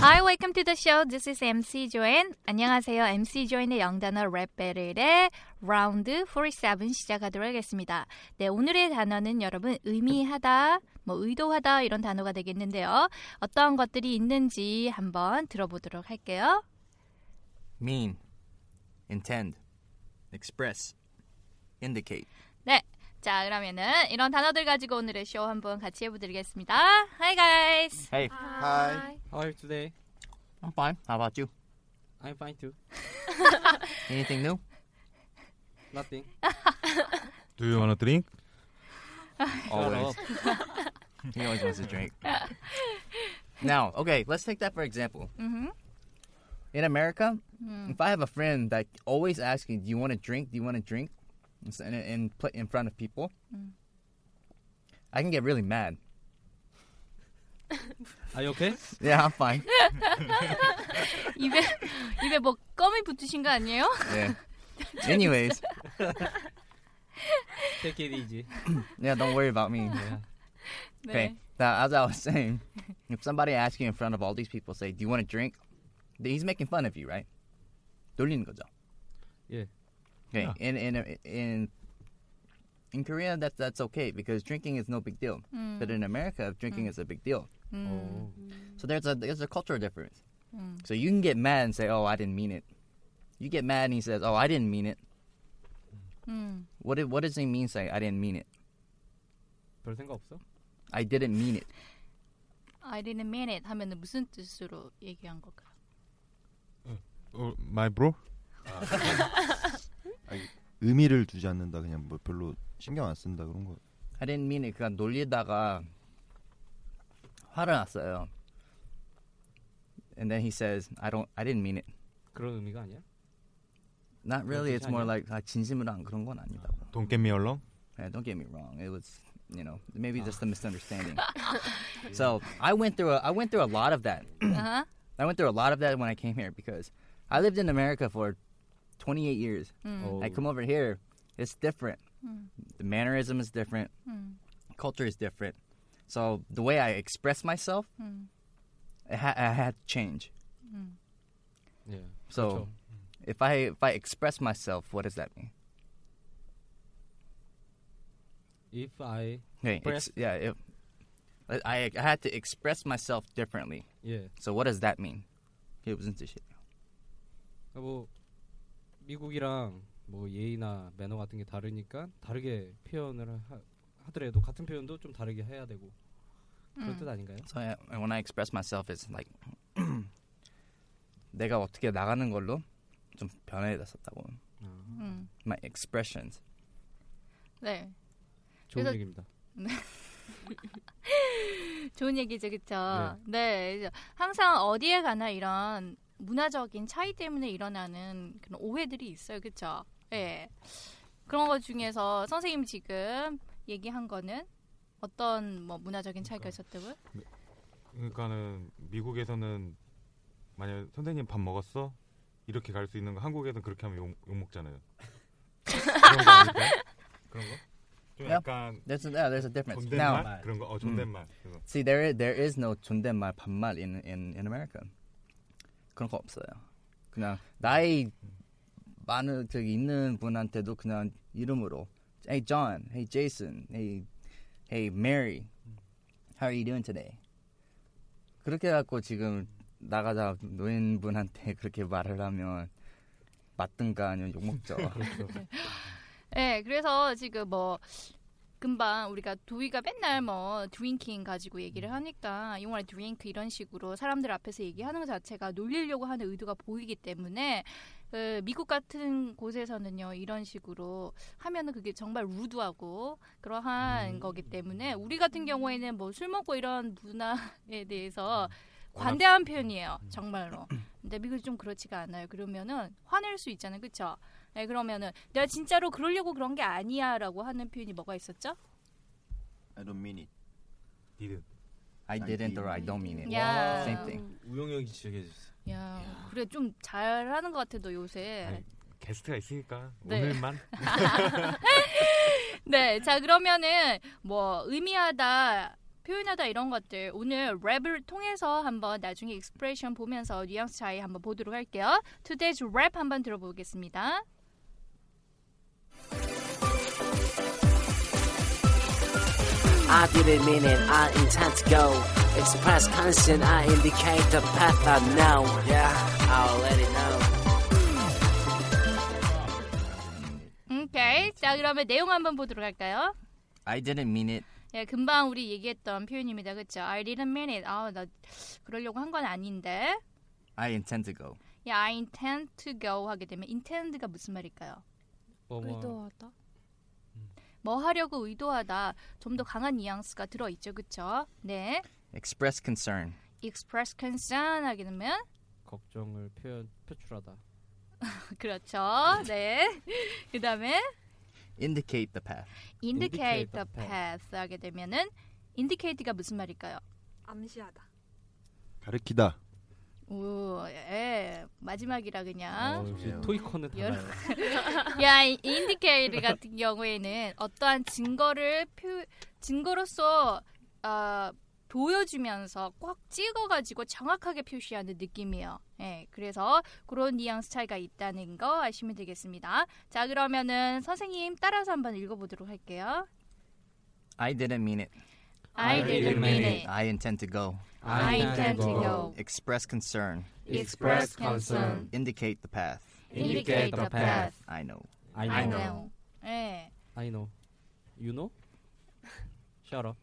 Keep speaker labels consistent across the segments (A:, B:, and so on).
A: Hi, welcome to the show. This is MC Joanne. 안녕하세요. MC Joanne의 영단어 랩 배틀의 라운드 47 시작하도록 하겠습니다. 네, 오늘의 단어는 여러분 의미하다, 뭐 의도하다 이런 단어가 되겠는데요. 어떠한 것들이 있는지 한번 들어보도록 할게요.
B: mean, intend, express, indicate.
A: 네. 자, 그러면은 이런 단어들 가지고 오늘의 쇼 한번 같이 해보드리겠습니다. Hi, guys.
B: Hey,
C: Hi.
D: How are you today?
B: I'm fine. How about you?
D: I'm fine too.
B: Anything new?
D: Nothing.
E: Do you want a drink?
B: Always. he always wants a drink. now, okay, let's take that for example.
A: 음.
B: In America, if I have a friend that always asking, "Do you want a drink? Do you want a drink?" in in, in, pla- in front of people, I can get really mad.
D: Are you okay?
B: Yeah, I'm fine.
A: 입에 입에 뭐 껌이 붙으신 거 아니에요?
B: yeah. Anyways,
D: Take it easy.
B: yeah, don't worry about me. Okay. Now, as I was saying, if somebody asks you in front of all these people, say, "Do you want a drink?" Then he's making fun of you, right? 돌리는 거죠.
D: Yeah.
B: Okay. In in in in Korea, that's that's okay because drinking is no big deal. But in America, drinking is a big deal.
A: 음.
D: 어,
B: So there's a there's a cultural difference. So you can get mad and say, "Oh, I didn't mean it." You get mad and he says, "Oh, I didn't mean it."
A: 음,
B: What did, what does he mean saying I didn't mean it?
D: 별 생각 없어?
B: I didn't mean it.
A: I didn't mean it 하면은 무슨 뜻으로 얘기한 걸까?
E: 어, my bro?
F: 의미를 두지 않는다 그냥 뭐 별로 신경 안 쓴다 그런 거
B: I didn't mean it. 그냥 놀리다가 화를 났어요. And then he says, I don't, I didn't mean it.
D: 그런 의미가 아니야?
B: Not really. It's more
D: 아니야?
B: like 아, 진심으로 안 그런 건 아니다고.
E: Don't get me along.
B: Yeah, don't get me wrong. It was, you know, maybe just a misunderstanding. so I went through, a, I went through a lot of that.
A: Uh-huh.
B: I went through a lot of that when I came here because I lived in America for 28 years.
D: Oh.
B: I come over here, it's different. The mannerism is different. Culture is different. So the way I express myself, I, ha- I had to change.
D: Yeah.
B: So
D: 그렇죠.
B: if I if I express myself, what does that mean?
D: If I
B: Okay,
D: Express-
B: ex- yeah, it, I- I I had to express myself differently.
D: yeah.
B: So what does that mean? It was into shit.
D: 그러니까 뭐 미국이랑 뭐 예의나 매너 같은 게 다르니까 다르게 표현을 하, 하더라도 같은 표현도 좀 다르게 해야 되고
A: 음.
D: 그런 뜻 아닌가요?
B: So I, and when I express myself, it's like 내가 어떻게 나가는 걸로 좀 변해졌었다고.
A: 음.
B: My expressions.
A: 네,
D: 좋은
A: 그래서-
D: 얘기입니다.
A: 좋은 얘기죠, 그렇죠? 네. 그래서 항상 어디에 가나 이런 문화적인 차이 때문에 일어나는 그런 오해들이 있어요, 그렇죠? 네. 그런 것 중에서 선생님 지금 얘기한 거는 어떤 뭐 문화적인 차이가 있었다고요?
E: 그러니까는 미국에서는 만약 선생님 밥 먹었어 이렇게 갈 수 있는 거 한국에서는 그렇게 하면 욕, 욕 먹잖아요. 그런 거 아닐까요? 그런 거? 좀
B: Yep.
E: 약간
B: There's a, yeah, there's a difference.
E: 네, 존댓말
B: Now,
E: 그런 거? 어 존댓말. 그래서
B: see, there is, there is no 존댓말 반말 in in in America. 그런 거 없어요. 그냥 나이 많은 저기 있는 분한테도 그냥 이름으로 Hey John, Hey Jason, Hey Hey Mary How are you doing today? 그렇게 해갖고 지금 나가다 노인분한테 그렇게 말을 하면 맞든가 아니면 그렇죠. 욕먹죠.
A: 네, 그래서 지금 뭐 금방 우리가 도희가 맨날 뭐 드링킹 가지고 얘기를 하니까 You want a drink 이런 식으로 사람들 앞에서 얘기하는 것 자체가 놀리려고 하는 의도가 보이기 때문에 그 미국 같은 곳에서는요 이런 식으로 하면은 그게 정말 루드하고 그러한 거기 때문에 우리 같은 경우에는 뭐 술 먹고 이런 문화에 대해서 관대한 표현이에요 정말로 근데 미국이 좀 그렇지가 않아요 그러면은 화낼 수 있잖아요 그쵸 네, 그러면은 내가 진짜로 그러려고 그런 게 아니야라고 하는 표현이 뭐가 있었죠?
F: I don't mean it.
E: 니든
B: I didn't or I don't mean it.
A: 야.
B: 네, 뭐, Same thing.
G: 우영이 지적해 주세요.
A: 야, 그래 좀 잘하는 것 같아 너 요새.
E: 아니. 게스트가 있으니까
A: 네.
E: 오늘만
A: 네, 자 그러면은 뭐 의미하다, 표현하다 이런 것들 오늘 랩을 통해서 한번 나중에 익스프레션 보면서 뉘앙스 차이 한번 보도록 할게요. Today's rap 한번 들어보겠습니다.
H: I didn't mean it, I intend to go. Express constant, I indicate the path I know. Yeah, I'll let it know.
A: 오케이, 자 그러면 내용 한번 보도록 할까요?
B: I didn't mean it.
A: 예, 금방 우리 얘기했던 표현입니다, 그렇죠? I didn't mean it. 아, 나 그러려고 한 건 아닌데.
B: I intend to go.
A: 야, I intend to go 하게 되면 intend가 무슨 말일까요?
D: 뭐뭐
I: 의도하다.
A: 뭐 하려고 의도하다. 좀 더 강한 뉘앙스가 들어 있죠. 그쵸 네.
B: Express concern.
A: express concern 하게 되면
D: 걱정을 표현 표출하다.
A: 그렇죠. 네. 그다음에
B: Indicate the path.
A: indicate
D: Indicate
A: the
D: the
A: path 하게 되면은 indicate가 무슨 말일까요?
I: 암시하다.
F: 가르키다.
A: 오, 예. 마지막이라 그냥
D: 어, 역시
F: 그래요.
D: 토이커는
A: 아. 여러-
D: 달라요.
A: 야, 이 인디케이터 같은 경우에는 어떠한 증거를 표, 증거로서 아, 보여주면서 꽉 찍어가지고 정확하게 표시하는 느낌이에요. 예, 그래서 그런 뉘앙스 차이가 있다는 거 아시면 되겠습니다. 자, 그러면은 선생님 따라서 한번 읽어보도록 할게요.
B: I didn't mean it.
A: I didn't mean it.
B: I intend to go.
A: I intend to go.
B: Express concern.
A: Express concern.
B: Indicate the path.
A: Indicate the path.
B: I know.
A: I know. 예.
D: I know. You know? Shut up.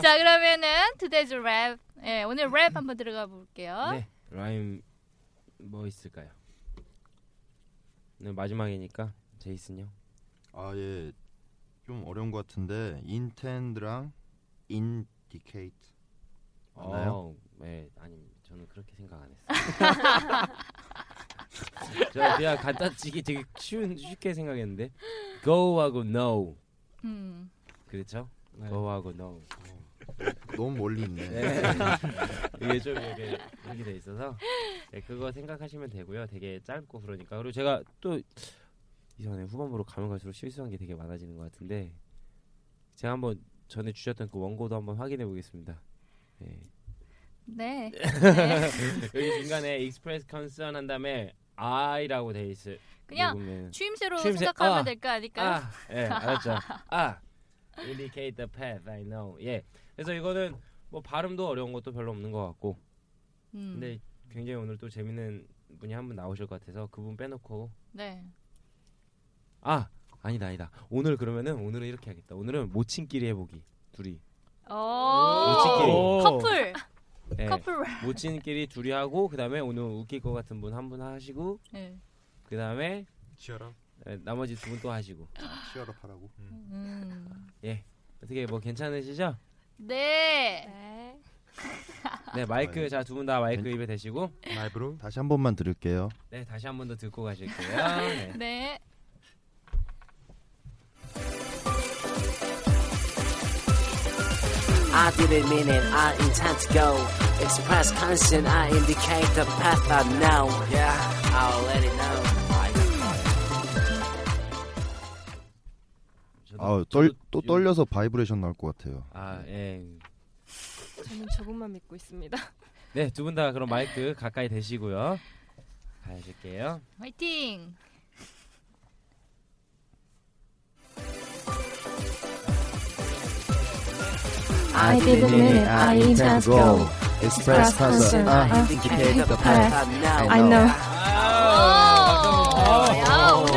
A: 자, 그러면은 today's rap. 예, 오늘 랩 한번 들어가 볼게요.
G: 네. 라임 뭐 있을까요? 네, 마지막이니까 제이슨요.
F: 아 예. 좀 어려운 것 같은데 intend랑 indicate. 맞나요?
G: 어, 네, 아닙니다. 저는 그렇게 생각 안 했어요. 제가 그냥 간단치기 되게 쉬운 쉽게 생각했는데 go하고 no
A: 음.
G: 그렇죠?
D: 네.
G: go하고 no
F: 너무 멀리 있네.
G: 네. 이게 좀 이렇게 이렇게 돼 있어서 네, 그거 생각하시면 되고요. 되게 짧고 그러니까 그리고 제가 또 이전에 후반부로 가면 갈수록 실수한 게 되게 많아지는 것 같은데 제가 한번 전에 주셨던 그 원고도 한번 확인해 보겠습니다. 네.
A: 네.
G: 여기 중간에 express concern 한 다음에 I라고 돼 있을.
A: 그냥
G: 녹음에.
A: 추임새로
G: 추임새,
A: 생각하면
G: 아,
A: 될 거 아닐까요?
G: 아, 예, 알았죠. 아, indicate the path I know. 예. 그래서 이거는 뭐 발음도 어려운 것도 별로 없는 것 같고,
A: 음.
G: 근데 굉장히 오늘 또 재밌는 분이 한 분 나오실 것 같아서 그분 빼놓고
A: 네.
G: 아 아니다 아니다. 오늘 그러면은 오늘은 이렇게 하겠다. 오늘은 모친끼리 해보기 둘이.
A: 오.
G: 오.
A: 커플.
G: 예.
A: 커플.
G: 모친끼리 둘이 하고 그다음에 오늘 웃길 것 같은 분 한 분 하시고
A: 네.
G: 그다음에
E: 치열업
G: 예, 나머지 두 분 또 하시고
F: 치열업 하라고.
A: 음.
G: 어떻게 뭐 괜찮으시죠?
A: 네.
I: 네.
G: 네 마이크 자 두 분 다 마이크 입에 대시고
E: 라이브로
F: 다시 한 번만 들을게요.
G: 네 다시 한 번 더 듣고 가실게요. 네.
A: 네.
H: I didn't mean it, I intend to go. Express constant, I indicate the path I know. Yeah, I'll let it know.
G: 저도- 저도
F: 아떨또
G: 요-
F: 떨려서 바이브레이션 나올 것 같아요.
G: 아
D: 네.
G: 예.
I: 저는 저것만 믿고 있습니다.
G: 네두 분 다 그럼 마이크 가까이 대시고요. 가실게요.
A: 화이팅.
H: I didn't mean it. I intend to go. Express concern. I indicate the path now.
I: I know.
A: 어.
G: 아,
A: 야 오늘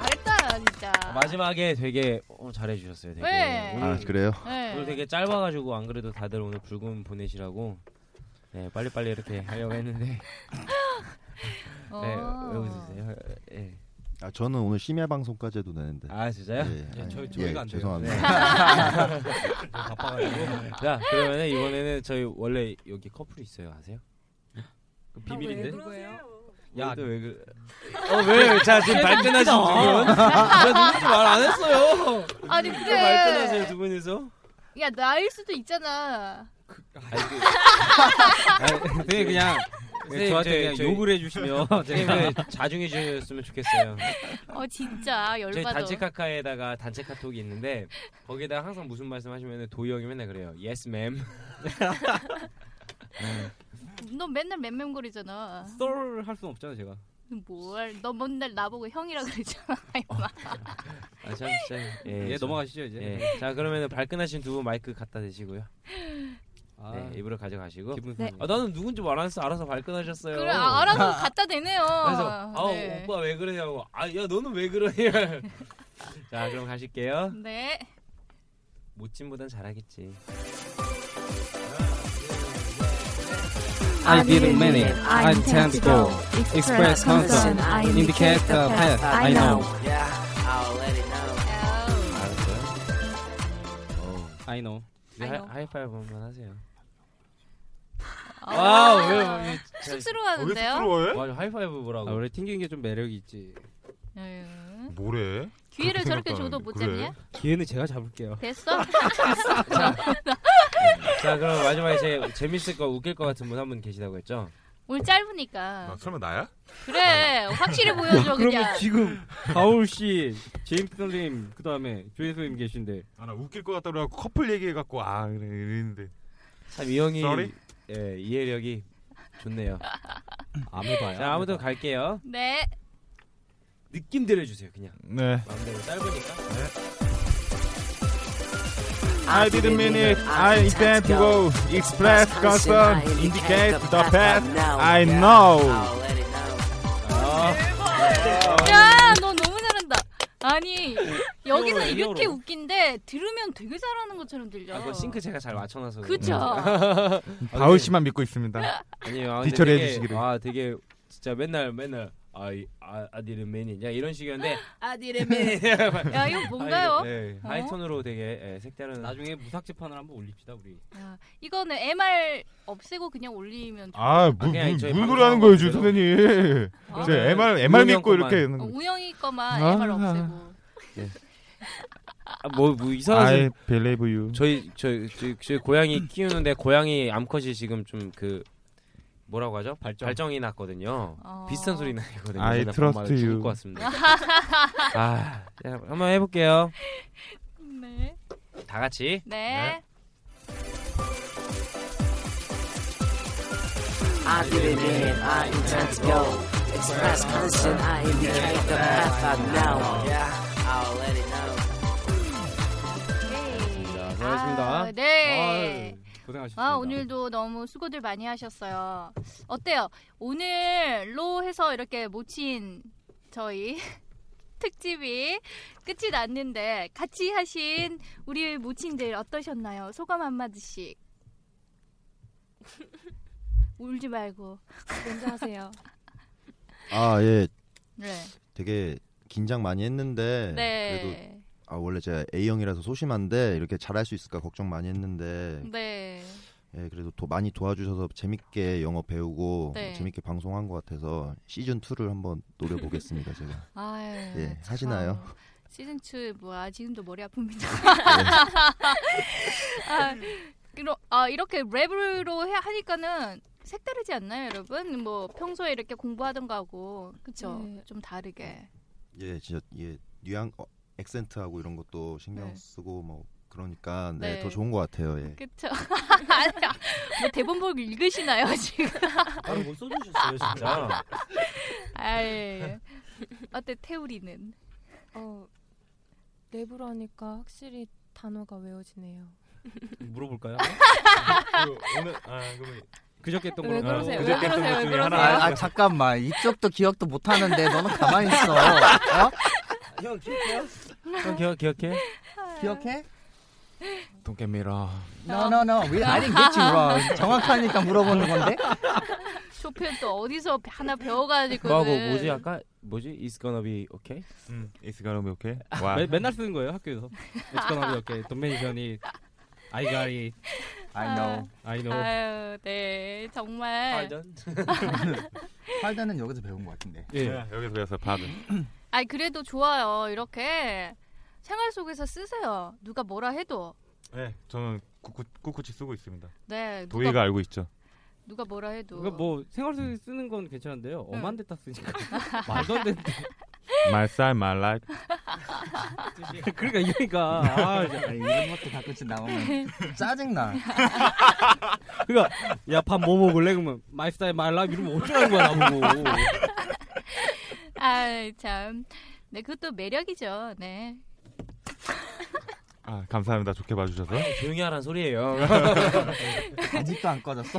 A: 잘했다 진짜.
G: 마지막에 되게 어, 잘해주셨어요. 되게.
A: 네.
G: 아, 오늘,
F: 아 그래요?
A: 네.
G: 오늘 되게 짧아가지고 안 그래도 다들 오늘 붉은 보내시라고 네 빨리빨리 이렇게 하려고 했는데
A: 어.
G: 네, 왜 웃으세요? 예.
F: 아 저는 오늘 심야 방송까지 해도 되는데.
G: 아 진짜요?
F: 예,
D: 저희-
F: 아니,
D: 저희가 안 돼요. 네.
F: 죄송합니다.
D: 아, 바빠가지고
G: 자 그러면 이번에는 저희 원래 여기 커플이 있어요 아세요? 그
I: 아,
G: 비밀인데?
D: 야,
G: 야또 왜 그래? 어왜자 지금 발끈하신 두 분? 나 누군지 말 안 했어요.
A: 아니
G: 또 발끈하세요
A: 근데
G: 두 분이서?
A: 야 나일 수도 있잖아.
G: 아니, 그-
D: 선생님 그냥
G: 선생님,
D: 저한테
G: 저희-
D: 그냥
G: 저희-
D: 욕을 해주시면
G: 선생님을 자중해 주셨으면 좋겠어요.
A: 어 진짜
G: 저희
A: 열받아.
G: 단체 카카에다가 단체 카톡이 있는데 거기에다가 항상 무슨 말씀하시면 도희 형이 맨날 그래요. Yes, ma'am.
A: 너 맨날 맴맴거리잖아.
D: 썰 할 수는 없잖아 제가.
A: 뭘? 너 맨날 나보고 형이라 그랬잖아. 임마.
G: 아참 진짜.
D: 예,
G: 예, 저-
D: 넘어가시죠 이제.
G: 예. 자 그러면 발끈하신 두 분 마이크 갖다 대시고요.
D: 아,
G: 네, 입으로 가져가시고.
D: 기분
I: 네.
D: 상해.
G: 아 나는 누군지 말 안 했어. 알아서 발끈하셨어요.
A: 그래 아, 알아서 갖다 대네요.
G: 그래서 아
A: 네.
G: 오빠 왜 그러냐고. 아야 너는 왜 그러냐. 자 그럼 가실게요.
A: 네.
G: 못진보단 잘하겠지.
H: I didn't mean it. I intend to go. Express concern. I indicate the path I know. Yeah, I'll let it know.
A: 아우.
G: 알았어요.
D: I know.
G: 어. 이제
I: 아이고.
G: 하, 이파이브 한번 하세요.
A: 아,
G: 아왜 어,
A: 쑥스러워하는데요?
E: 쑥스러워해?
G: 맞아 하이파이브
D: 아,
G: 뭐라고?
D: 원래 튕기는 게 좀 매력이 있지.
A: 에휴.
E: 뭐래?
A: 기회를
E: 그렇게
A: 네. 저렇게 줘도
E: 생각도 안
A: 못
E: 하는데.
A: 잡냐?
D: 기회는 제가 잡을게요.
A: 됐어?
G: 자 그럼 마지막에 제 재밌을 거 웃길 거 같은 분 한 분 계시다고 했죠?
A: 오늘 짧으니까.
E: 아, 설마 나야?
A: 그래
G: 아,
A: 확실히 보여줘
D: 그러면
A: 그냥.
D: 지금 가올 씨, 제임스 선생님, 그 다음에 조혜수님 계신데
E: 아 나 웃길 것 같다 그래갖고 커플 얘기해갖고 아 그래 이랬는데
G: 참 이 형이
E: Sorry?
G: 예 이해력이 좋네요.
D: 안 해봐요.
G: 자 아무튼 갈게요.
A: 네.
G: 느낌대로 해주세요 그냥
E: 네
G: 마음대로 짧으니까.
H: I didn't mean it. I intend to go. Express concern. Indicate the path I know.
A: 야, 너 너무 잘한다. 아니 여기서
G: 히어로네,
A: 이렇게
G: 히어로.
A: 웃긴데 들으면 되게 잘하는 것처럼 들려.
G: 아 그거 싱크 제가 잘 맞춰놔서. 음.
A: 그쵸?
E: 바울 씨만 믿고 있습니다.
G: 아니요. 아,
E: 뒤처리
G: 되게-
E: 해주시기를.
G: 아 되게 진짜 맨날 맨날 아이 아 아디르 매니 야 이런 식이었는데 아디르 매니.
A: 야, 이거 뭔가요?
G: 네,
A: 어?
G: 하이톤으로 되게 예, 색다른.
D: 나중에 무삭제판을 한번 올립시다 우리.
G: 네.
A: 아, 이거는 MR 없애고 그냥 올리면 좋-
E: 아, 무,
G: 그냥
E: 무,
G: 저희
E: 무슨 소리
G: 방송하고
E: 하는 거예요, 지금
G: 그대로.
E: 선생님.
A: 아,
E: 제
G: 그러면은
E: MR, MR 믿고
G: 유명한
E: 이렇게
G: 것만.
E: 하는
A: 어,
E: 거.
A: 우영이 거만
E: 아.
A: MR 없애고.
G: 아, 뭐, 뭐 이상한
E: I believe you.
G: 저희 저희 저희, 저희 고양이 키우는데 고양이 암컷이 지금 좀 그 뭐라고 하죠?
D: 발정.
G: 발정. 아. 이 났거든요.
A: 어.
G: 네, 비슷한 소리 나거든요. 그래서
E: I
G: 나
E: trust
G: 정말 죽을
E: you.
G: 것 같습니다. 아, 자, 한번 해볼게요.
A: 네.
G: 다 같이.
A: 네.
H: I didn't mean it. I intend to go. Express concern. I indicate the path I know. Yeah, I'll let it know.
G: 자, 수고하셨습니다.
A: 아, 네.
D: 아유, 고생하셨습니다.
A: 아, 오늘도 너무 수고들 많이 하셨어요. 어때요? 오늘로 해서 이렇게 모친 저희 특집이 끝이 났는데 같이 하신 우리 모친들 어떠셨나요? 소감 한마디씩. 울지 말고.
I: 먼저 하세요.
F: 아 예,
A: 네.
F: 되게 긴장 많이 했는데 그래도
A: 네.
F: 아 원래 제가 A형이라서 소심한데 이렇게 잘할 수 있을까 걱정 많이 했는데
A: 네.
F: 예, 그래도 도, 많이 도와주셔서 재밌게 영어 배우고
A: 네.
F: 재밌게 방송한 것 같아서 시즌 2를 한번 노려보겠습니다 제가.
A: 아유.
F: 예,
A: 참.
F: 하시나요?
A: 시즌 2 뭐야? 지금도 머리 아픕니다.
F: 예.
A: 아, 그러, 아, 이렇게 랩으로 해- 하니까는 색다르지 않나요, 여러분? 뭐 평소에 이렇게 공부하던 거하고 그렇죠?
I: 네.
A: 좀 다르게.
F: 예, 진짜 예 뉘앙 어, 액센트하고 이런 것도 신경
A: 네.
F: 쓰고 뭐 그러니까 네,
A: 네.
F: 더 좋은 것 같아요. 예.
A: 그렇죠? 아니야. 뭐 대본 보고 읽으시나요, 지금?
G: 아, 뭐 써주셨어요, 진짜.
A: 아이. 어때 태우리는?
I: 어, 랩으로 하니까 확실히 단어가 외워지네요.
D: 물어볼까요?
E: 그 오늘 아 그러면
D: 그저께 했던
A: 왜
D: 걸로.
A: 그러세요? 왜
E: 그저께
A: 그러세요?
E: 했던 것
A: 왜
E: 중에
A: 그러세요?
B: 아,
E: 하나.
B: 아, 잠깐만 이쪽도 기억도 못 하는데 너는 가만히 있어. 어?
G: 형 기억해요? 형 기억 기억해?
B: 기억해?
G: Don't get me wrong.
B: No no no. We, I didn't get you wrong. 정확하니까 물어보는 건데.
A: 조표 또 어디서 하나 배워가지고.
G: 그거하고 뭐지 아까 뭐지? It's gonna be okay.
E: 음 it's gonna be okay.
G: 아,
E: 와
D: 매, 맨날 쓰는 거예요 학교에서. 에스카나비 이렇게 돈메이션이 아이가리
B: I know.
D: 아이노.
A: 아유, 네, 정말.
B: 팔다는 여기서 배운 것 같은데.
D: 예.
E: 야, 네, 여기서 배웠어 밥을.
A: 아니 그래도 좋아요. 이렇게 생활 속에서 쓰세요. 누가 뭐라 해도.
E: 네 저는 꿋꿋, 꿋꿋이 쓰고 있습니다.
A: 네, 누가
E: 도희가 알고 있죠.
A: 누가 뭐라 해도.
D: 그러니까 뭐 생활 속에 쓰는 건 괜찮은데요. 엄한 데다 쓰니까 말도 안 되는
E: My side, my life.
D: 뜻이에요. 그러니까 이러니까 아, 이제.
B: 아니, 이런 것도 가끔씩 나오면 짜증나.
D: 그러니까 야 밥 뭐 먹을래? 그러면 마이 스타일 마이 라이프 이러면 어쩌라는 거야 나보고.
A: 아 참. 네, 그것도 매력이죠. 네.
E: 아 감사합니다. 좋게 봐주셔서.
G: 조용히 하란 소리예요.
B: 아직도 안 꺼졌어?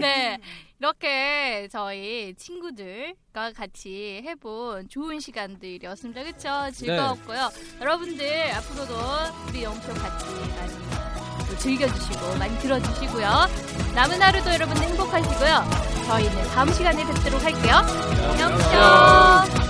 A: 네. 이렇게 저희 친구들과 같이 해본 좋은 시간들이었습니다. 그쵸? 즐거웠고요. 여러분들 앞으로도 우리 영표 같이 많이 또 즐겨주시고 많이 들어주시고요. 남은 하루도 여러분 행복하시고요. 저희는 다음 시간에 뵙도록 할게요. 영표!